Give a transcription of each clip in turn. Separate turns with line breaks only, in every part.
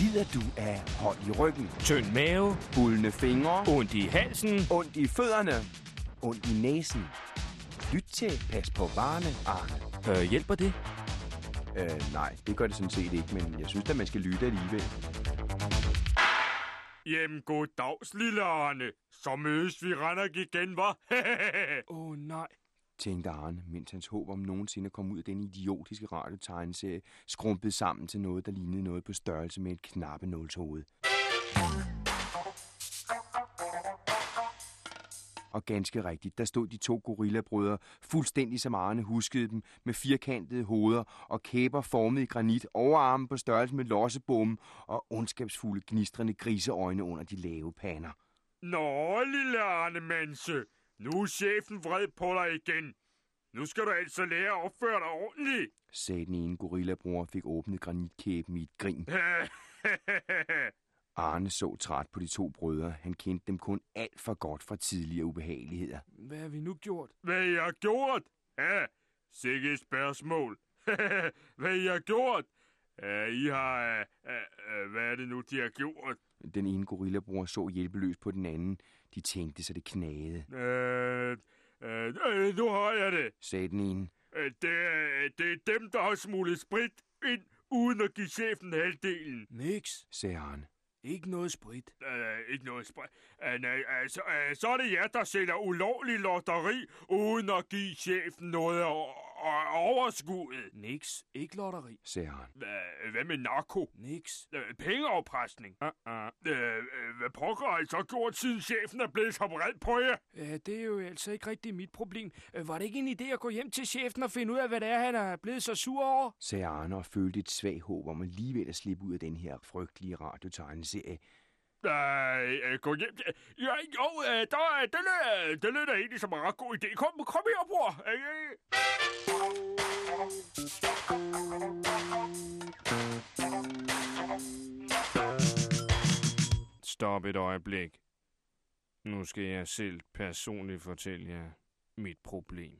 lider du af hold i ryggen,
Tynd mave,
bullende fingre,
ondt i halsen,
ondt i fødderne, ondt i næsen. Lyt til Pas på varerne, Arne.
øh, hjælper det?
Øh, nej, det gør det sådan set ikke, men jeg synes at man skal lytte alligevel.
Jamen, god dags, lille Arne. Så mødes vi Randak igen, var.
Åh oh, nej.
tænkte Arne, mens hans håb om nogensinde kom ud af den idiotiske radiotegneserie, skrumpede sammen til noget, der lignede noget på størrelse med et knappe nulshoved. Og ganske rigtigt, der stod de to gorillabrødre, fuldstændig som Arne huskede dem, med firkantede hoveder og kæber formet i granit, overarme på størrelse med lossebomme og ondskabsfulde, gnistrende griseøjne under de lave pander.
Nå, lille Arne Manse. Nu er chefen vred på dig igen. Nu skal du altså lære at opføre dig ordentligt.
Sagde den ene gorillabror og fik åbnet granitkæben i et grin. Arne så træt på de to brødre. Han kendte dem kun alt for godt fra tidligere ubehageligheder.
Hvad har vi nu gjort?
Hvad jeg har gjort? Ja, sikke et spørgsmål. Hvad jeg har gjort? Ja, I har... Uh, uh, hvad er det nu, de har gjort?
Den ene gorillabror så hjælpeløs på den anden. De tænkte sig det knagede,
Øh, øh, øh, nu har jeg det.
sagde den ene.
Øh, Det er, det er dem, der har smuglet sprit ind, uden at give chefen halvdelen.
Niks.
Sagde Arne.
Ikke noget sprit.
Øh, ikke noget sprit. Øh, nej, øh, så, øh, så er det jer, der sælger ulovlig lotteri, uden at give chefen noget o- o- overskud.
Niks. Ikke lotteri.
Sagde Arne.
Øh, hvad med narko?
Niks.
Øh, pengeoppresning?
Uh-uh.
Øh, øh, hvad pokker har I så gjort, siden chefen er blevet så vred på jer?
Uh, det er jo altså ikke rigtig mit problem. Uh, var det ikke en idé at gå hjem til chefen og finde ud af, hvad det er, han er blevet så sur over?
Sagde Arne og følte et svagt håb om alligevel at slippe ud af den her frygtelige radiotegneserie.
Nej, øh, gå hjem. til- Ja, jo, øh, der, øh, den, er, den er da egentlig som en ret god idé. Kom, kom her, bror. Øh, øh.
Stop et øjeblik. Nu skal jeg selv personligt fortælle jer mit problem.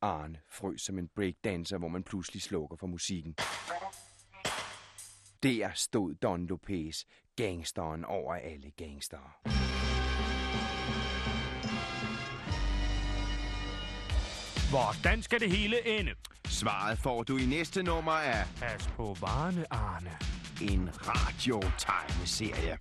Arne frøs som en breakdancer, hvor man pludselig slukker for musikken. Der stod Don Lopez, gangsteren over alle gangstere.
Hvordan skal det hele ende?
Svaret får du i næste nummer af
Pas på varerne, Arne.
en radiotegneserie.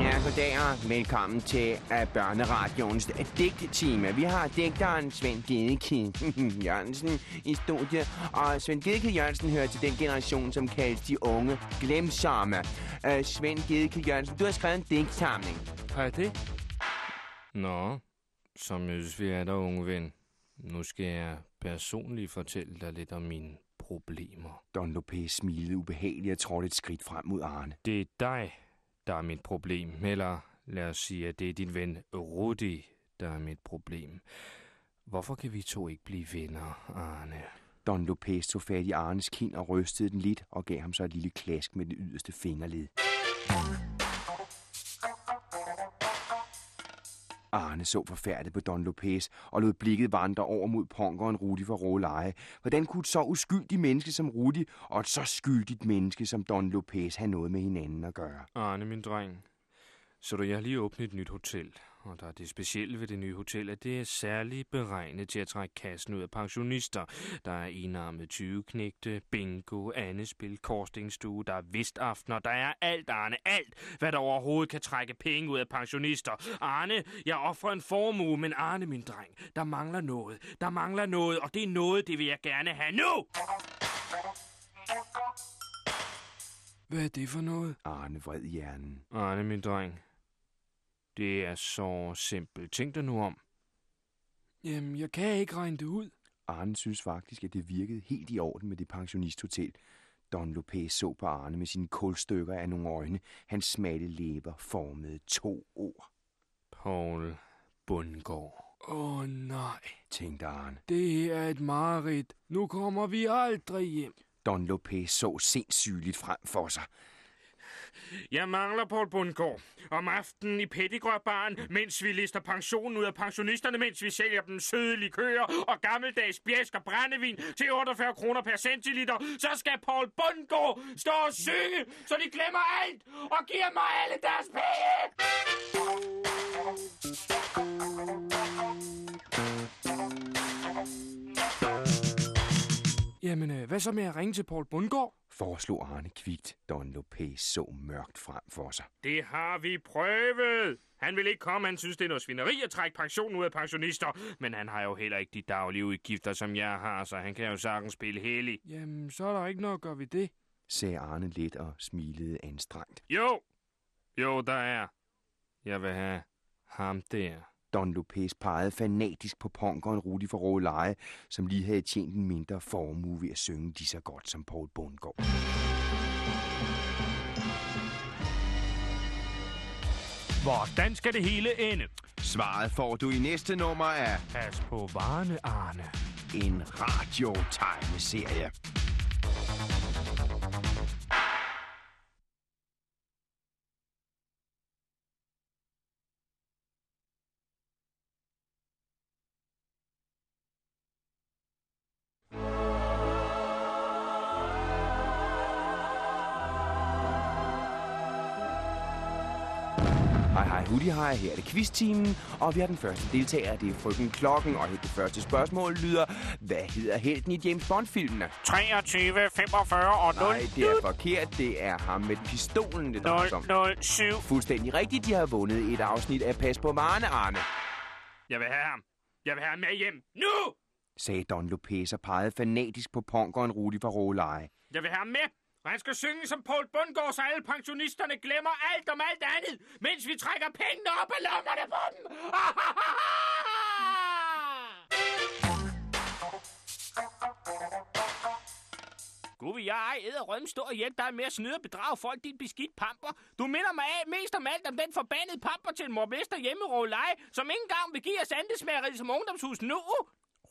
Ja, goddag og velkommen til uh, Børneradions digtetime. Vi har digteren Svend Gedekid Jørgensen i studiet, og Svend Gedekid Jørgensen hører til den generation, som kaldes de unge glemsomme. Uh, Svend Gedekid Jørgensen, du har skrevet en digtsamling.
Har jeg det?
Nå, så mødes vi er der, unge ven. Nu skal jeg personligt fortælle dig lidt om mine problemer.
Don Lopez smilede ubehageligt og trådte et skridt frem mod Arne.
Det er dig, der er mit problem. Eller lad os sige, at det er din ven Rudi, der er mit problem. Hvorfor kan vi to ikke blive venner, Arne?
Don Lopez tog fat i Arnes kind og rystede den lidt og gav ham så et lille klask med det yderste fingerled. Arne så forfærdet på Don Lopez og lod blikket vandre over mod punkeren Rudi fra Råleje. Hvordan kunne et så uskyldigt menneske som Rudi og et så skyldigt menneske som Don Lopez have noget med hinanden at gøre?
Arne, min dreng. Så du, jeg har lige åbnet et nyt hotel, og der er det specielle ved det nye hotel, at det er særligt beregnet til at trække kassen ud af pensionister. Der er enarmet 20 knægte, bingo, andespil, korstingstue, der er vistaftener, der er alt, Arne, alt, hvad der overhovedet kan trække penge ud af pensionister. Arne, jeg offrer en formue, men Arne, min dreng, der mangler noget, der mangler noget, og det er noget, det vil jeg gerne have nu!
Hvad er det for noget?
Arne vred hjernen.
Arne, min dreng, det er så simpelt. Tænk dig nu om.
Jamen, jeg kan ikke regne det ud.
Arne synes faktisk, at det virkede helt i orden med det pensionisthotel. Don Lopez så på Arne med sine kulstykker af nogle øjne. Hans smalle læber formede to ord.
Paul Bundgaard.
Åh oh, nej,
tænkte Arne.
det her er et mareridt. Nu kommer vi aldrig hjem.
Don Lopez så sindssygeligt frem for sig.
Jeg mangler Poul Bundgaard. Om aftenen i Pettigrøbaren, mens vi lister pensionen ud af pensionisterne, mens vi sælger dem søde likører og gammeldags bjæsk og brændevin til 48 kroner per centiliter, så skal Poul Bundgaard stå og synge, så de glemmer alt og giver mig alle deres penge!
Jamen, øh, hvad så med at ringe til Paul Bundgaard?
Foreslog Arne kvikt. Don Lopez så mørkt frem for sig.
Det har vi prøvet. Han vil ikke komme, han synes, det er noget svineri at trække pensionen ud af pensionister. Men han har jo heller ikke de daglige udgifter, som jeg har, så han kan jo sagtens spille hellig.
Jamen, så er der ikke noget at gøre ved det.
Sagde Arne lidt og smilede anstrengt.
Jo, jo, der er. Jeg vil have ham der.
Don Lopez pegede fanatisk på punkeren Rudi for Råleje, som lige havde tjent en mindre formue ved at synge lige så godt som Paul Bundgaard.
Hvordan skal det hele ende?
Svaret får du i næste nummer af
Pas på varerne, Arne.
en radiotegneserie. Hej hej Hudi hej, her er det quiztimen, og vi har den første deltager, det er frøken Klokken, og det første spørgsmål lyder, hvad hedder helten i James Bond-filmene?
23, 45 og 0,
Nej, det er forkert, det er ham med pistolen, det drejer sig om.
0, 0, 7.
Fuldstændig rigtigt, de har vundet et afsnit af Pas på Marne, Arne,
Jeg vil have ham. Jeg vil have ham med hjem. Nu!
sagde Don Lopez og pegede fanatisk på punkeren Rudi fra Råleje.
Jeg vil have ham med. Og han skal synge som Paul Bundgaard, så alle pensionisterne glemmer alt om alt andet, mens vi trækker pengene op af lommerne på dem. Gud, vil jeg ej æder rømme stå og hjælpe dig med at snyde og bedrage folk din beskidt pamper. Du minder mig af mest om alt om den forbandede pamper til en mormester hjemme i Råleje, som ikke engang vil give os andesmageriet som ungdomshus nu.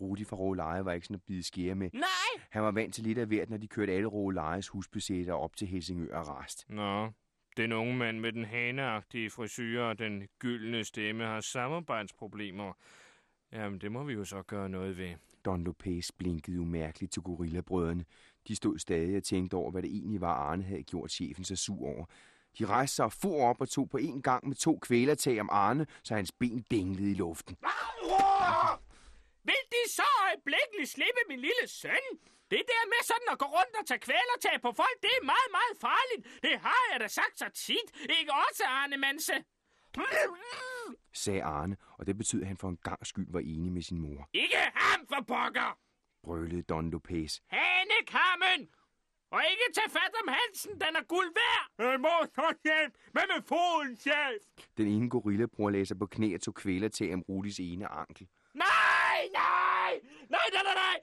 Rudi fra Råleje var ikke sådan at bide skære med.
Nej!
Han var vant til lidt af hvert, når de kørte alle Rålejes husbesætter op til Helsingør og Rast.
Nå, den unge mand med den haneagtige frisyr og den gyldne stemme har samarbejdsproblemer. Jamen, det må vi jo så gøre noget ved.
Don Lopez blinkede umærkeligt til gorillabrødrene. De stod stadig og tænkte over, hvad det egentlig var, Arne havde gjort chefen så sur over. De rejste sig og for op og tog på en gang med to kvælertag om Arne, så hans ben dinglede i luften.
Vil de så øjeblikkeligt slippe min lille søn? Det der med sådan at gå rundt og tage kvælertag på folk, det er meget, meget farligt. Det har jeg da sagt så tit. Ikke også, Arne Manse?
sagde Arne, og det betød, at han for en gang skyld var enig med sin mor,
Ikke ham for pokker!
brølede Don Lopez.
Hanekammen! Og ikke tage fat om halsen, den er guld værd! Jeg må så hjælp! Øh, Hvad med foden, chef?
Den ene gorillabror lagde sig på knæ og tog kvælertag om Rudis ene ankel.
Nej, nej! Nej, nej, nej, nej!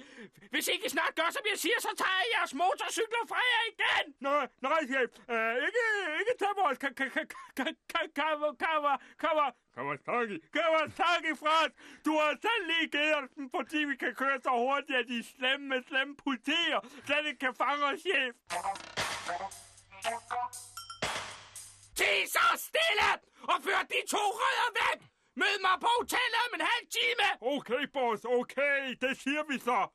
Hvis I ikke snart gør, som jeg siger, så tager jeg jeres motorcykler fra jer igen! Nej, nej, chef. Uh, ikke, ikke tag vores Kawasaki. Kawasaki fra os. Du har selv lige givet os den, fordi vi kan køre så hurtigt, at de slemme med slemme politier slet ikke kan fange os, chef. Tid så stille og før de to rødder væk! Mød mig på hotellet om en halv time!
Okay, boss, okay, det siger vi så.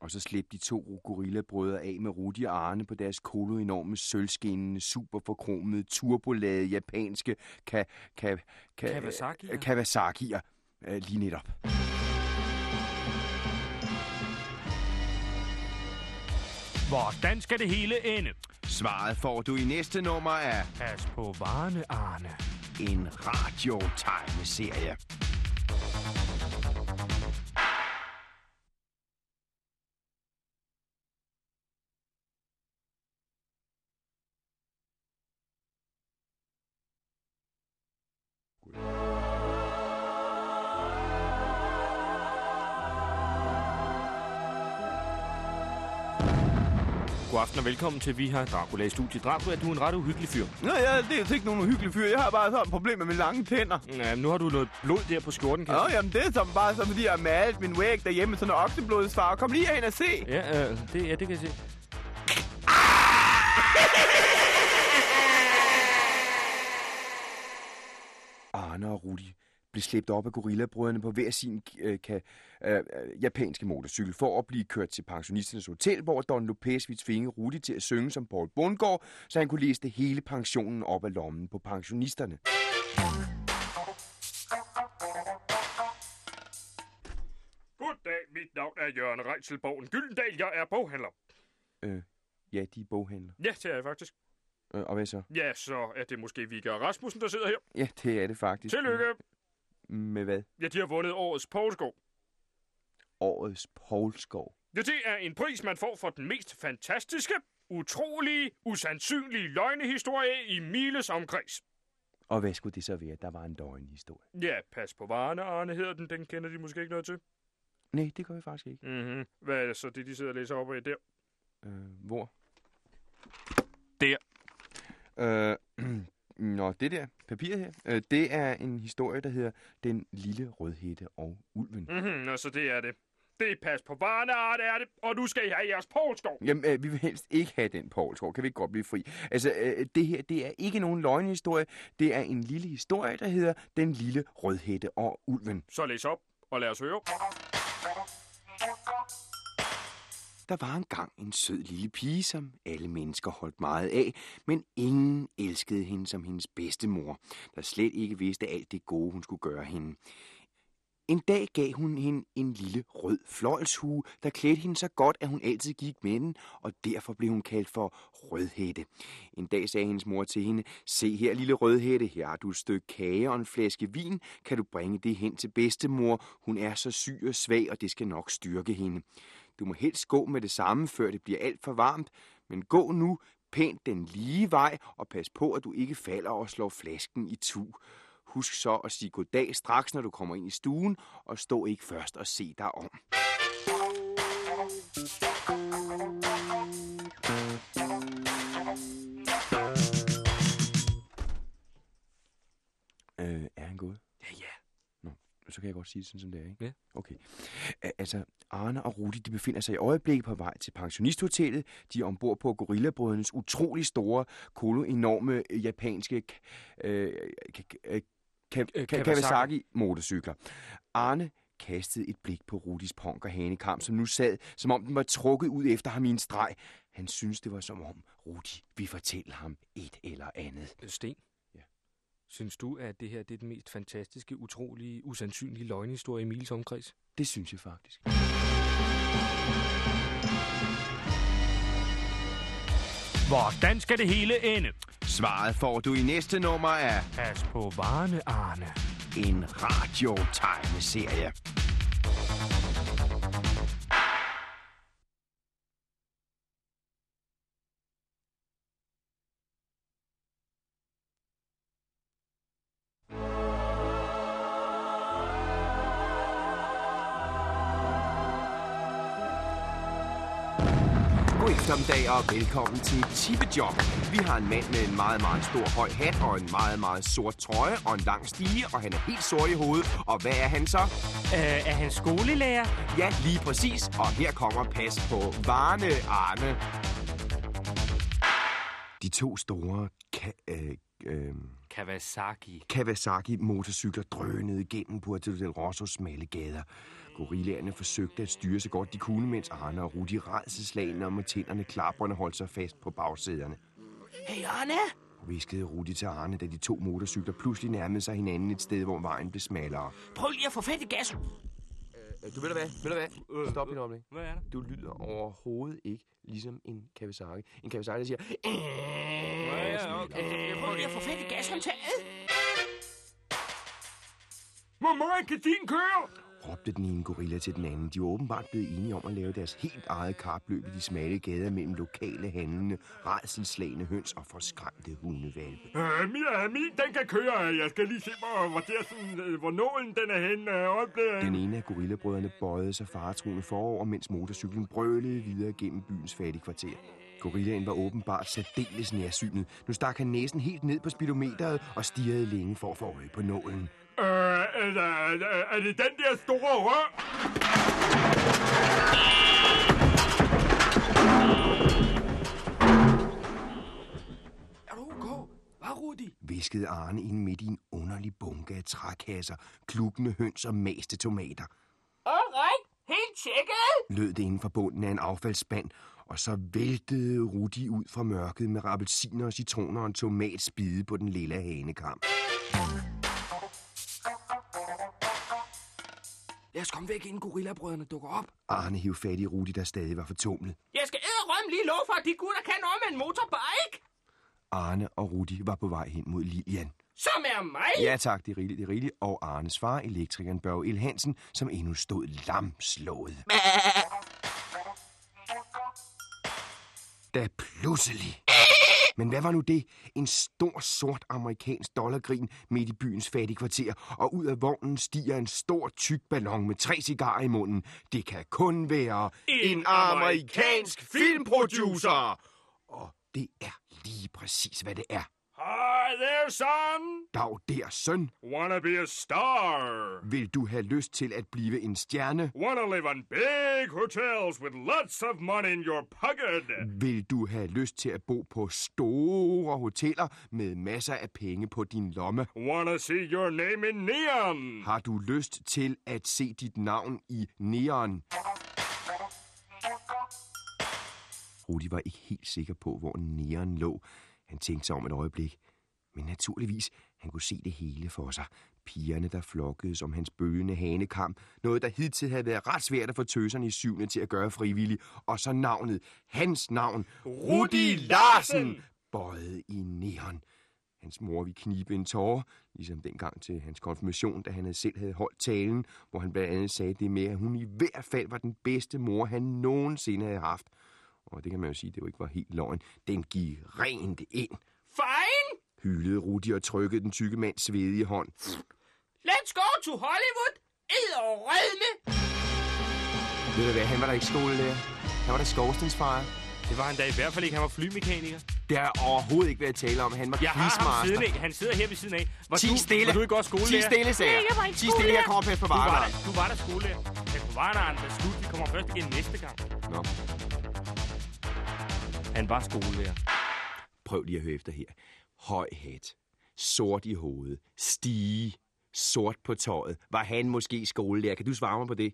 Og så slæbte de to gorillabrødre af med Rudi og Arne på deres koloenorme, sølvskinnende, superforkromede, turbolade, japanske ka, ka, ka,
Kawasaki'er.
Kawasaki'er. Øh, Lige netop.
Hvordan skal det hele ende?
Svaret får du i næste nummer af
Pas på varerne, Arne.
en radiotegneserie.
God aften og velkommen til Vi har Dracula i studiet. Dracula, du er en ret uhyggelig fyr.
Nå ja, det er altså ikke nogen hyggelig fyr. Jeg har bare sådan problemer med lange tænder.
Ja, nu har du noget blod der på skjorten, kan
Nå, jamen det er som bare så, fordi jeg har malet min væg derhjemme i sådan en okseblodsfarve. Kom lige hen og se.
Ja, øh, det, ja, det kan jeg se.
Arne og Rudi blev slæbt op af gorillabrødrene på hver sin øh, ka, øh, øh, japanske motorcykel for at blive kørt til pensionisternes hotel, hvor Don Lopez ville tvinge Rudi til at synge som Paul Bundgaard, så han kunne læse hele pensionen op af lommen på pensionisterne.
Goddag, mit navn er Jørgen Reitselbogen Gyldendal. Jeg er boghandler.
Ja, de er boghandler.
Ja, det er jeg faktisk.
Øh, og hvad så?
Ja, så er det måske Vika og Rasmussen, der sidder her.
Ja, det er det faktisk.
Tillykke.
Med hvad?
Ja, de har vundet årets Poulskov.
Årets Poulskov.
Ja, det er en pris, man får for den mest fantastiske, utrolige, usandsynlige løgnehistorie i Miles omkreds.
Og hvad skulle det så være? Der var en døgnhistorie.
Ja, pas på varerne, Arne hedder den. Den kender de måske ikke noget til.
Nej, det gør vi faktisk ikke.
Mhm.
Mm-hmm. Hvad er det så, det de sidder og læser op af der?
Øh, hvor?
Der.
Øh, nå, det der papir her, øh, det er en historie, der hedder Den Lille Rødhætte og Ulven.
Mm.
Mhm, og så det er det. Det er pas på varerne, Arne er det. Og nu skal I have jeres Poulskov.
Jamen, øh, vi vil helst ikke have den, Poulsgaard. Kan vi ikke godt blive fri? Altså, øh, det her, det er ikke nogen løgnhistorie. Det er en lille historie, der hedder Den Lille Rødhætte og Ulven.
Så læs op, og lad os høre.
Der var engang en sød lille pige, som alle mennesker holdt meget af, men ingen elskede hende som hendes bedstemor, der slet ikke vidste alt det gode, hun skulle gøre hende. En dag gav hun hende en lille rød fløjlshue, der klædte hende så godt, at hun altid gik med den, og derfor blev hun kaldt for Rødhætte. En dag sagde hendes mor til hende, se her lille Rødhætte, her har du et stykke kage og en flaske vin, kan du bringe det hen til bedstemor, hun er så syg og svag, og det skal nok styrke hende. Du må helst gå med det samme, før det bliver alt for varmt, men gå nu pænt den lige vej, og pas på, at du ikke falder og slår flasken i tu. Husk så at sige goddag straks, når du kommer ind i stuen, og stå ikke først og se dig om. Øh, er han gået?
Ja, ja.
Så kan jeg godt sige det sådan, som det er, ikke?
Ja.
Okay. A- altså, Arne og Rudi, de befinder sig i øjeblikket på vej til pensionisthotellet. De er ombord på Gorillabrødrenes utrolig store, kolo enorme øh, japanske ka- øh, ka- ka- ka-
Øh,
ka- Kawasaki-motorcykler. Arne kastede et blik på Rudis ponker hanekam, som nu sad, som om den var trukket ud efter ham i en streg. Han synes, det var som om, Rudi vi fortælle ham et eller andet.
Sten?
Ja.
Synes du, at det her det er den mest fantastiske, utrolige, usandsynlige løgnhistorie i Miles omkreds?
Det synes jeg faktisk.
Hvordan skal det hele ende?
Svaret får du i næste nummer af
Pas på varerne, Arne.
en radiotegneserie. God eftermiddag og velkommen til Tippejob. Vi har en mand med en meget, meget stor høj hat og en meget, meget sort trøje og en lang stige, og han er helt sort i hovedet. Og hvad er han så?
Øh, er han skolelærer?
Ja, lige præcis. Og her kommer pas på varne, Arne. De to store ka- øh, øh,
Kawasaki.
Kawasaki-motorcykler drønede igennem Puerto del Rossos smalle gader. Gorillaerne forsøgte at styre så godt de kunne, mens Arne og Rudi redselslagene om tænderne klapperne holdt sig fast på bagsæderne.
Hey, Arne!
viskede Rudi til Arne, da de to motorcykler pludselig nærmede sig hinanden et sted, hvor vejen blev smallere.
Prøv lige at få fat i gassen.
Øh, Du ved da hvad, ved du hvad? Stop din øjeblik.
Øh, Hvad er det?
Du lyder overhovedet ikke ligesom en Kawasaki. En Kawasaki, der siger...
Ja, okay.
Prøv lige at få fat i gashåndtaget.
Hvor meget kan din køre?
råbte den ene gorilla til den anden. De var åbenbart blevet enige om at lave deres helt eget kapløb i de smalle gader mellem lokale handlende, redselslagende høns og forskræmte hundevalpe.
Øh, min, øh, min, den kan køre. Jeg skal lige se, hvor, hvor, der, sådan, øh, hvor nålen den er henne. Øh, øjeblik.
Den ene af gorillabrødrene bøjede sig faretruende forover, mens motorcyklen brølede videre gennem byens fattige kvarter. Gorillaen var åbenbart særdeles nærsynet. Nu stak han næsen helt ned på speedometeret og stirrede længe for at få øje på nålen.
Øh, er, er, er- er det den der store rør?
Er du ok? Hvad, Rudi?
Viskede Arne ind midt i en underlig bunke af trækasser, klukkende høns og maste tomater.
Alright, helt tjekket.
lød det inden for bunden af en affaldsspand, og så væltede Rudi ud fra mørket med appelsiner og citroner og en tomat spide på den lille hanekam.
Lad os komme væk, inden gorillabrødrene dukker op.
Arne hiv fat i Rudi, der stadig var fortumlet.
Jeg skal æderrømme lige lov for, at de gutter kan noget med en motorbike.
Arne og Rudi var på vej hen mod Lilian.
Som er mig.
Ja tak, det er rigeligt, det er rigeligt. Og Arnes far, elektrikeren Børge El Hansen, som endnu stod lamslået. Da pludselig... Men hvad var nu det? En stor sort amerikansk dollargrin midt i byens fattige kvarter, og ud af vognen stiger en stor tyk ballon med tre cigarer i munden. Det kan kun være en amerikansk filmproducer! Og det er lige præcis, hvad det er.
Hi there, son.
Dag der, søn.
Wanna be a star?
Vil du have lyst til at blive en stjerne?
Wanna live on big hotels with lots of money in your pocket?
Vil du have lyst til at bo på store hoteller med masser af penge på din lomme?
Wanna see your name in neon?
Har du lyst til at se dit navn i neon? Rudi var ikke helt sikker på, hvor neon lå. Han tænkte sig om et øjeblik. Men naturligvis, han kunne se det hele for sig. Pigerne, der flokkede som hans bølgende hanekam. Noget, der hidtil havde været ret svært at få tøserne i syvende til at gøre frivillig. Og så navnet, hans navn, Rudi Larsen, bøjet i neon. Hans mor ville knibe en tårer, ligesom dengang til hans konfirmation, da han havde selv havde holdt talen, hvor han blandt andet sagde det med, at hun i hvert fald var den bedste mor, han nogensinde havde haft. Og det kan man jo sige, det jo ikke var helt løgn. Den gik rent ind,
Fine.
hylede Rudi og trykkede den tykke mands svedige hånd.
Let's go to Hollywood. Æderrømme.
Ved du hvad, han var der ikke skolelærer. Han var der skorstensfejer.
Det var han da i hvert fald ikke. Han var flymekaniker.
Der er overhovedet ikke været tale om, han var
Jeg har ham
quizmaster.
siden af. Han sidder her ved siden af. Var
Ti
du,
stille.
Var du ikke også skolelærer?
Ti stille, sagde jeg. Ti stille, jeg kommer og pas på
Du var,
varerne.
der, du var der skolelærer. Men på varnaren er slut. Vi kommer først igen næste gang.
Nå,
Han var skolelærer.
prøv lige at høre efter her. Høj hat, sort i hovedet, stige, sort på tøjet. Var han måske skolelærer? Kan du svare mig på det?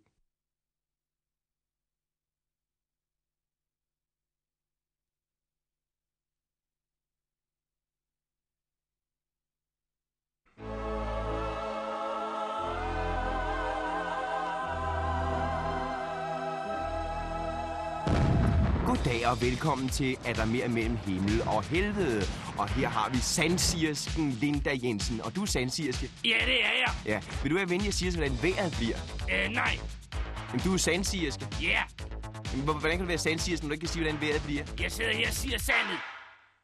Goddag og velkommen til Er der mere mellem himmel og helvede? Og her har vi sandsirsken Linda Jensen. Og du er sandsirske.
Ja, det er jeg.
Ja, vil du være venlig at sige os, hvordan vejret bliver?
Øh, nej.
Jamen, du er sandsirske.
Ja. Yeah.
Jamen, hvor- hvordan kan du være sandsirske, når du ikke kan sige, hvordan vejret bliver?
Jeg sidder her og siger sandet.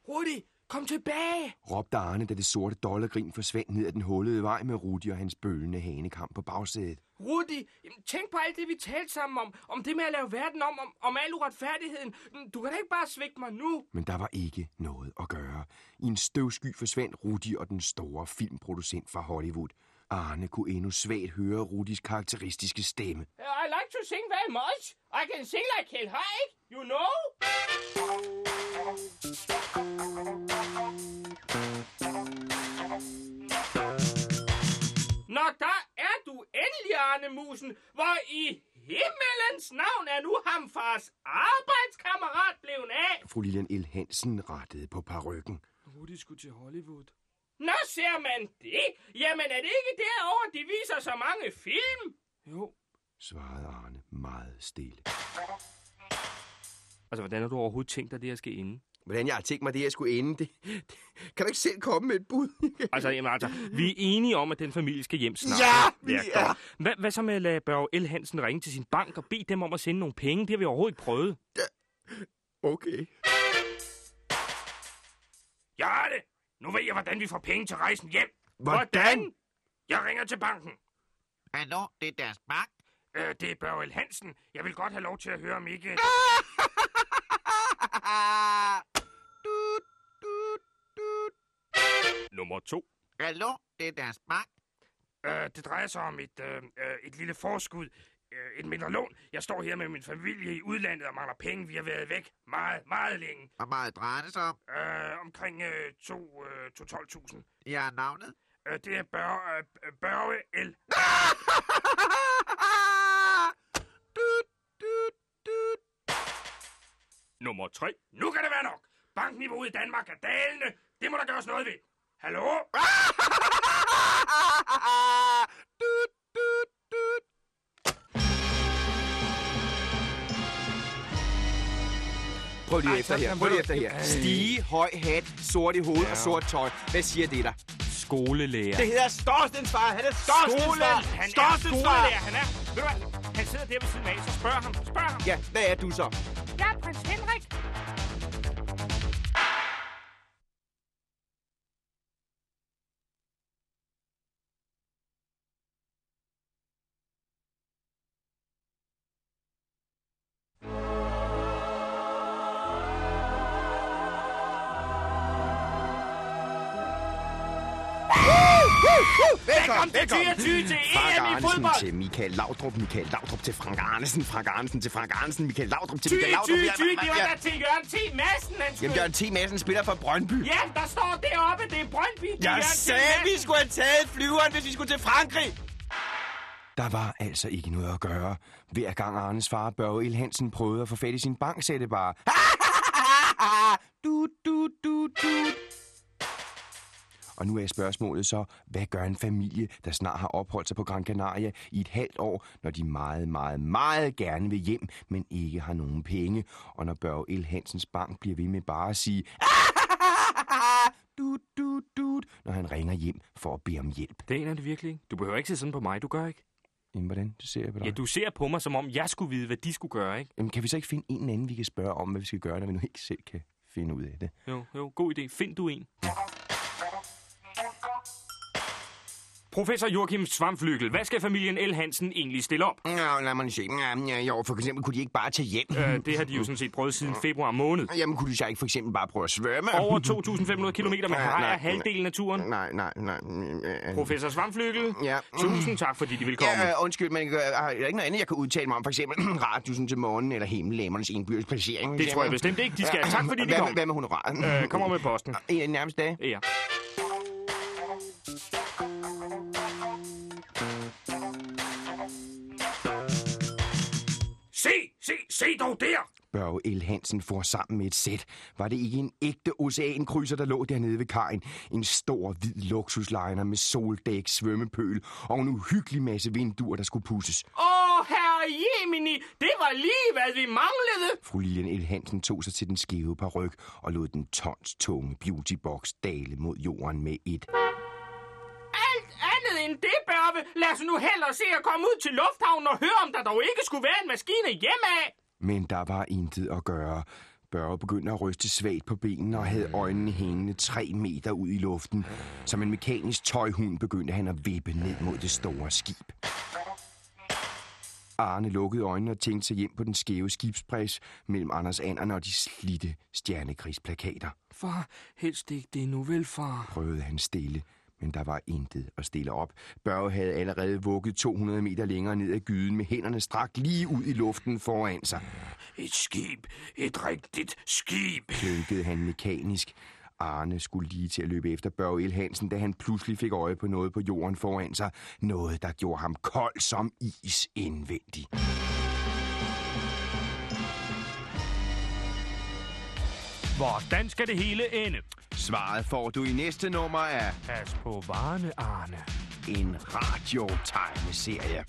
Rudi, kom tilbage!
råbte Arne, da det sorte dollargrin forsvandt ned ad den hullede vej med Rudi og hans bølgende hanekamp på bagsædet.
Rudi, jamen, tænk på alt det, vi talte sammen om. Om det med at lave verden om, om, om al uretfærdigheden. Du kan da ikke bare svigte mig nu.
Men der var ikke noget at gøre. I en støvsky forsvandt Rudi og den store filmproducent fra Hollywood. Arne kunne endnu svagt høre Rudis karakteristiske stemme.
Uh, I like to sing very much. I can sing like hell high, you know.
Nå, der er du endelig, Arne Musen. Hvor i himmelens navn er nu ham fars arbejdskammerat blevet af?
Fru Lilian L. Hansen rettede på parrykken.
Rudi skulle til Hollywood.
Nå ser man det. Jamen er det ikke derovre, de viser så mange film?
Jo,
svarede Arne meget stille.
Altså, hvordan har du overhovedet tænkt dig, det her skal ende?
Hvordan jeg har tænkt mig, det her skulle ende, det, det, kan du ikke selv komme med et bud?
Altså, jamen, altså, vi er enige om, at den familie skal hjem snart.
Ja, vi er.
godt. Hvad, hvad så med at lade Børge L. Hansen ringe til sin bank og bede dem om at sende nogle penge? Det har vi overhovedet ikke prøvet.
okay.
Jeg har det! Nu ved jeg, hvordan vi får penge til rejsen hjem.
Hvordan?
Jeg ringer til banken.
Hallo, det er deres bank.
Øh, det er Børge L. Hansen. Jeg vil godt have lov til at høre om ikke...
nummer to.
Hallo, det er deres bank.
Øh, det drejer sig om et, øh, øh, et lille forskud, øh, et mindre lån. Jeg står her med min familie i udlandet og mangler penge. Vi har været væk meget, meget længe.
Hvor meget drejer det sig om?
Øh, omkring øh, to, øh, to 12.000.
Jeg er navnet.
Øh, det er Børge, øh, øh, Børge L.
Dut, dut, dut.
Nummer tre.
Nu kan det være nok. Bankniveauet i Danmark er dalende. Det må der gøres noget ved. Hallo?
Dut, dut, dut.
Prøv lige
Ej,
efter
så-
her.
jamen,
Prøv lige
ved du-
efter her. Stige, høj hat, sort i hovedet og sort tøj. Hvad siger det dig?
Skolelærer.
Det hedder Storstens far. Han er Storstens far.
Han er
Storstens far.
skolelærer, han er. Ved du hvad? Han sidder der ved siden af, så spørg ham. Spørg ham.
Ja, hvad er du så?
Jeg er prins Henrik.
Velkommen, velkommen.
24 til
Frank
EM i
Arnesen
fodbold.
til Michael Laudrup, Michael Laudrup til Frank Arnesen, Frank Arnesen til Frank Arnesen, Michael Laudrup til
20,
Michael Laudrup.
20,
Ja,
20, det var
ja.
da til Jørgen T. Madsen, han
Jamen,
skulle...
Jørgen T. Madsen spiller for Brøndby.
Ja, der står deroppe, det er Brøndby. det er
Jeg
Jørgen T.
sagde, vi
Madsen.
skulle have taget flyveren, hvis vi skulle til Frankrig! Der var altså ikke noget at gøre. Hver gang Arnes far, Børge Il Hansen, prøvede at få fat i sin bank, sagde det bare... du, du, du, du. Og nu er spørgsmålet så, hvad gør en familie, der snart har opholdt sig på Gran Canaria i et halvt år, når de meget, meget, meget gerne vil hjem, men ikke har nogen penge, og når Børge El Hansens bank bliver ved med bare at sige, dut, dut, dut, når han ringer hjem for at bede om hjælp.
Det er det virkelig ikke. Du behøver ikke se sådan på mig, du gør ikke.
Jamen, hvordan det ser jeg på dig?
Ja, du ser på mig, som om jeg skulle vide, hvad de skulle gøre, ikke?
Jamen, kan vi så ikke finde en eller anden, vi kan spørge om, hvad vi skal gøre, når vi nu ikke selv kan finde ud af det?
Jo, jo, god idé. Find du en. Professor Joachim Svamflygel, hvad skal familien L. Hansen egentlig stille op?
Nå, lad mig se. Ja, jo, for eksempel kunne de ikke bare tage hjem. Øh,
Øh, det har de jo sådan set prøvet siden februar måned.
Jamen, kunne de så ikke for eksempel bare prøve at svømme?
Over 2.500 km med
Nej,
hajer
nej,
halvdelen af turen.
Nej, nej, nej. mm, øh,
Professor Svamflygel,
Ja.
tusind tak, fordi de vil komme.
Ja, øh, undskyld, men øh, der er ikke noget andet, jeg kan udtale mig om. For eksempel radiusen til månen eller himmellemmernes indbyrdes placering.
Det tror jeg bestemt ikke, de skal. Tak, fordi de
hvad,
kom.
med- Hvad med honoraret?
Øh, kommer med posten.
I de nærmeste dage?
Ja.
Se, se, se dog der.
Børge El Hansen for sammen med et sæt. Var det ikke en ægte oceankrydser, der lå dernede ved kajen? En stor, hvid luksusliner med soldæk, svømmepøl og en uhyggelig masse vinduer, der skulle pusses.
Åh, herre Jemini, det var lige, hvad vi manglede.
Fru Lilian El Hansen tog sig til den skæve paryk og lod den tons tunge beautybox dale mod jorden med et.
Alt andet end det, Børve. Lad os nu hellere se at komme ud til lufthavnen og høre, om der dog ikke skulle være en maskine hjemme af.
Men der var intet at gøre. Børge begyndte at ryste svagt på benene og havde øjnene hængende tre meter ud i luften. Som en mekanisk tøjhund begyndte han at vippe ned mod det store skib. Arne lukkede øjnene og tænkte sig hjem på den skæve skibspres mellem Anders Anderne og de slitte stjernekrigsplakater.
Far, helst ikke det nu, vel far?
prøvede han stille, men der var intet at stille op. Børge havde allerede vugget 200 meter længere ned ad gyden med hænderne strakt lige ud i luften foran sig.
Et skib. Et rigtigt skib.
Klunkede han mekanisk. Arne skulle lige til at løbe efter Børge El Hansen, da han pludselig fik øje på noget på jorden foran sig. Noget, der gjorde ham kold som is indvendig.
Hvordan skal det hele ende?
Svaret får du i næste nummer af
Pas på varerne, Arne.
en radiotegneserie.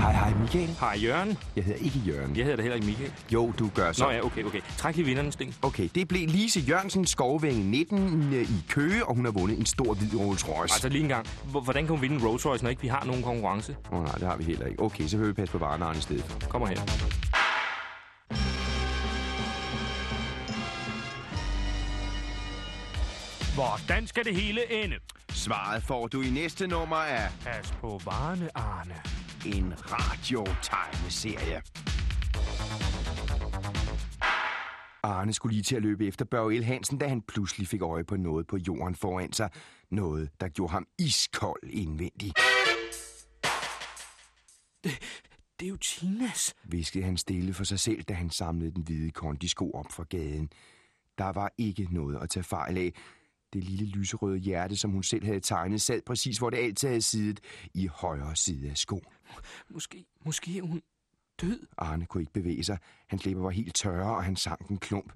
Hej, hej Michael.
Hej, Jørgen.
Jeg hedder ikke Jørgen.
Jeg hedder da heller ikke Michael.
Jo, du gør så.
Nå ja, okay, okay. Træk lige vinderne, Sten.
Okay, det blev Lise Jørgensen Skovvænge 19 i Køge, og hun har vundet en stor hvid Rolls Royce.
Altså lige en gang. Hvor- Hvordan kan hun vinde en Rolls Royce, når ikke vi har nogen konkurrence?
Åh oh, nej, det har vi heller ikke. Okay, så hører vi passe på varerne, Arne, i stedet for.
Kommer her. Hvordan skal det hele ende?
Svaret får du i næste nummer af
Pas på varerne, Arne.
en radiotegneserie. Arne skulle lige til at løbe efter Børge L. Hansen, da han pludselig fik øje på noget på jorden foran sig. Noget, der gjorde ham iskold indvendig,
Det er jo Tinas.
viskede han stille for sig selv, da han samlede den hvide kondisko op fra gaden. Der var ikke noget at tage fejl af. Det lille lyserøde hjerte, som hun selv havde tegnet, sad præcis, hvor det altid havde siddet, i højre side af skoen.
Måske, måske er hun død.
Arne kunne ikke bevæge sig. Hans læber var helt tørre, og han sank en klump.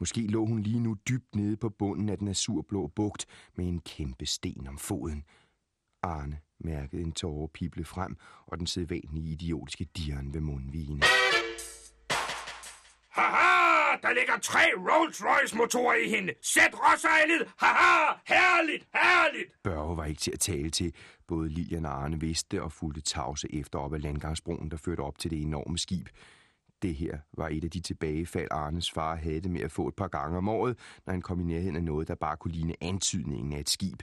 Måske lå hun lige nu dybt nede på bunden af den azurblå bugt med en kæmpe sten om foden. Arne mærkede en tårer pible frem, og den sædvanlige idiotiske dieren ved mundvigene.
Haha, der ligger tre Rolls Royce motorer i hende. Sæt råsejlet. Haha, herligt, herligt.
Børge var ikke til at tale til. Både Lilian og Arne vidste og fulgte tavse efter op ad landgangsbroen, der førte op til det enorme skib. Det her var et af de tilbagefald, Arnes far havde det med at få et par gange om året, når han kom i nærheden af noget, der bare kunne ligne antydningen af et skib.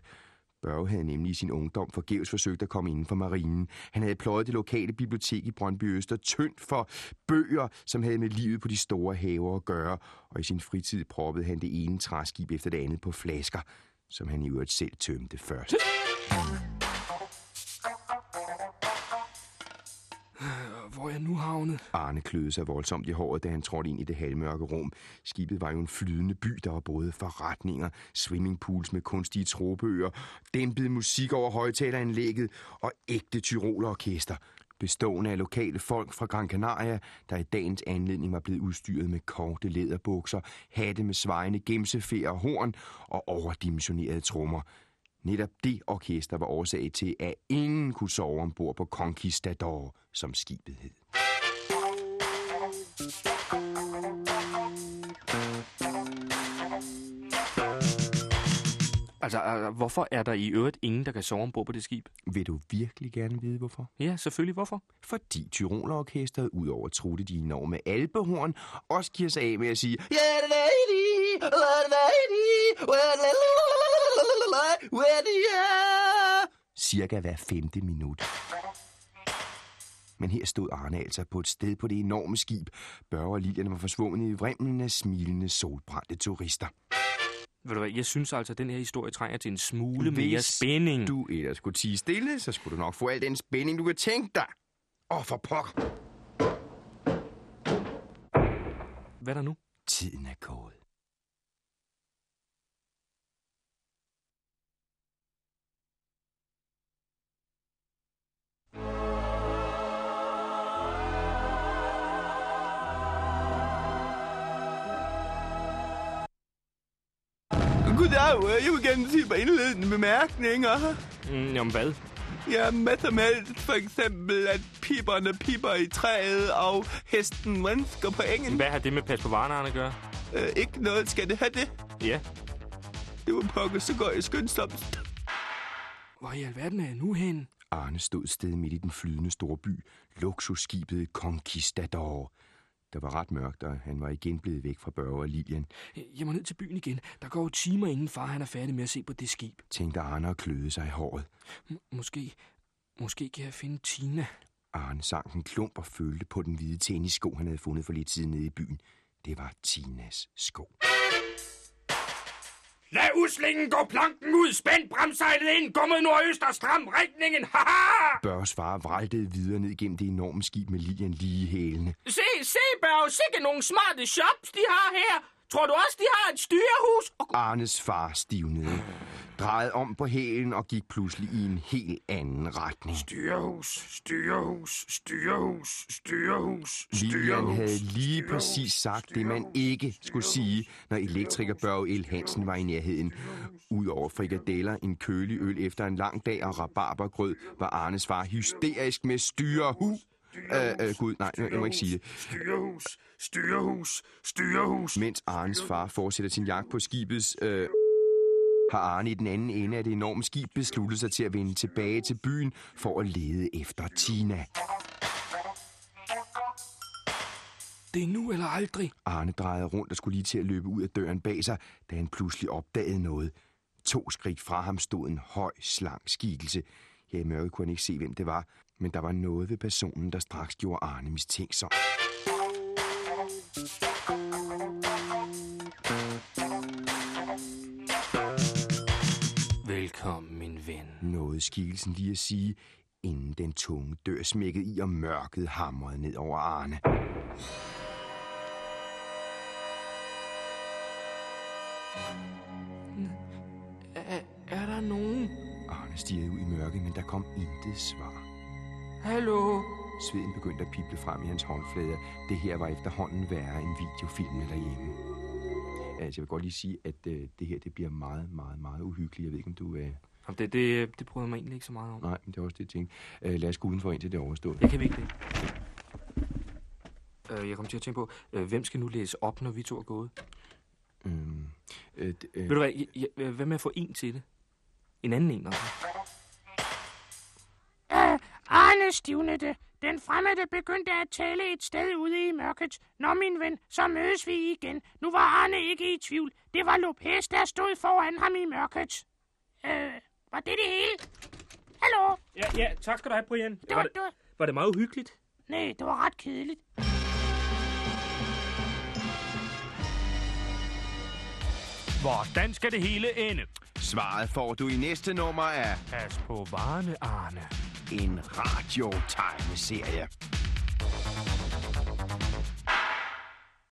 Børge havde nemlig i sin ungdom forgæves forsøgt at komme inden for marinen. Han havde pløjet det lokale bibliotek i Brøndby Øster tyndt for bøger, som havde med livet på de store haver at gøre, og i sin fritid proppede han det ene træskib efter det andet på flasker, som han i øvrigt selv tømte først.
Øh, Hvor er jeg nu havnet?
Arne kløede sig voldsomt i håret, da han trådte ind i det halvmørke rum. Skibet var jo en flydende by, der var både forretninger, swimmingpools med kunstige tropøer, dæmpet musik over højtaleranlægget og ægte tyrolerorkester, bestående af lokale folk fra Gran Canaria, der i dagens anledning var blevet udstyret med korte læderbukser, hatte med svejende gemsefjer og horn og overdimensionerede trommer. Netop det orkester var årsag til, at ingen kunne sove ombord på Conquistador, som skibet hed.
Altså, altså, hvorfor er der i øvrigt ingen, der kan sove ombord på det skib?
Vil du virkelig gerne vide, hvorfor?
Ja, selvfølgelig. Hvorfor?
Fordi Tyrolerorkestret, udover at trutte de enorme alpehorn, også giver sig af med at sige... "Ja, da, da, di, da, da, di, wa, la, la, la, la, la, la, la, wa, di, ja." Cirka hver femte minut. Men her stod Arne altså på et sted på det enorme skib. Børge og Lilian var forsvundet i vrimlen af smilende, solbrændte turister.
Ved du hvad, jeg synes altså, at den her historie trænger til en smule
Hvis
mere spænding.
du ellers skulle tige stille, så skulle du nok få al den spænding, du kan tænke dig. Åh, for pokker.
Hvad er der nu?
Tiden er gået.
Goddag, jeg vil gerne sige på indledende bemærkninger.
Mm, jamen hvad?
Jeg er med som helst, for eksempel, at piberne piber i træet, og hesten vansker på engen.
Hvad har det med pas på varerne Arne, at gøre?
Øh, ikke noget skal det have det.
Ja.
Det var pokker, så går jeg skyndsomt.
Hvor i alverden er jeg nu hen?
Arne stod sted midt i den flydende store by, luksusskibet Conquistador. Der var ret mørkt, og han var igen blevet væk fra Børge og Lilian,
Jeg må ned til byen igen. Der går jo timer, inden far han er færdig med at se på det skib.
tænkte Arne og kløede sig i håret.
Måske, måske kan jeg finde Tina.
Arne sank en klump og følte på den hvide tennissko, han havde fundet for lidt siden nede i byen. Det var Tinas sko.
Lad uslingen gå planken ud. Spænd bremsejlet ind. Gå mod nordøst og stram retningen. Haha!
Børges far vraltede videre ned gennem det enorme skib med Lilian lige i hælene.
Se, se, Børge, sikke nogle smarte shops, de har her. Tror du også, de har et styrehus? Og
Arnes far stivnede, drejede om på hælen og gik pludselig i en helt anden retning.
Styrehus, styrehus, styrehus, styrehus,
Lilian
styrehus.
havde lige præcis sagt det, man ikke skulle sige, når elektriker Børge L. Hansen var i nærheden. Udover frikadeller, en kølig øl efter en lang dag og rabarbergrød, var Arnes far hysterisk med styrehu. Øh, øh, gud, nej, jeg må ikke sige det.
Styrehus, styrehus, styrehus.
Mens Arnes far fortsætter sin jagt på skibets... Øh, har Arne i den anden ende af det enorme skib besluttet sig til at vende tilbage til byen for at lede efter Tina.
Det er nu eller aldrig.
Arne drejede rundt og skulle lige til at løbe ud af døren bag sig, da han pludselig opdagede noget. To skridt fra ham stod en høj, slank skikkelse. Ja, i mørket kunne han ikke se, hvem det var, men der var noget ved personen, der straks gjorde Arne mistænksom.
Velkommen, min ven.
Nåede skikkelsen lige at sige, inden den tunge dør smækkede i, og mørket hamrede ned over Arne.
Er, er der nogen?
Arne stirrede ud i mørket, men der kom intet svar.
Hallo?
Sveden begyndte at pible frem i hans håndflader. Det her var efterhånden værre end videofilmene derhjemme. Altså, jeg vil godt lige sige, at øh, det her det bliver meget, meget, meget uhyggeligt. Jeg ved ikke, om du... Øh...
Jamen, Det, det, det bryder jeg mig egentlig ikke så meget om.
Nej, men det er også det, jeg tænkte. Øh, lad os gå udenfor, indtil det er overstået.
Jeg kan virkelig ikke det. Øh, jeg kom til at tænke på, øh, hvem skal nu læse op, når vi to er gået?
Øhm, øh, d- øh,
Ved du hvad, jeg, jeg, øh, hvad med at få en til det? En anden en, altså.
Ah, Arne stivnede. Den fremmede begyndte at tale et sted ude i mørket. Nå, min ven, så mødes vi igen. Nu var Arne ikke i tvivl. Det var Lopez, der stod foran ham i mørket. Øh, var det det hele? Hallo?
Ja, ja, tak skal du have, Brian.
Det var, det var...
var det meget uhyggeligt?
Nej, det var ret kedeligt.
Hvordan skal det hele ende?
Svaret får du i næste nummer af
Pas på varerne, Arne.
en radiotegneserie.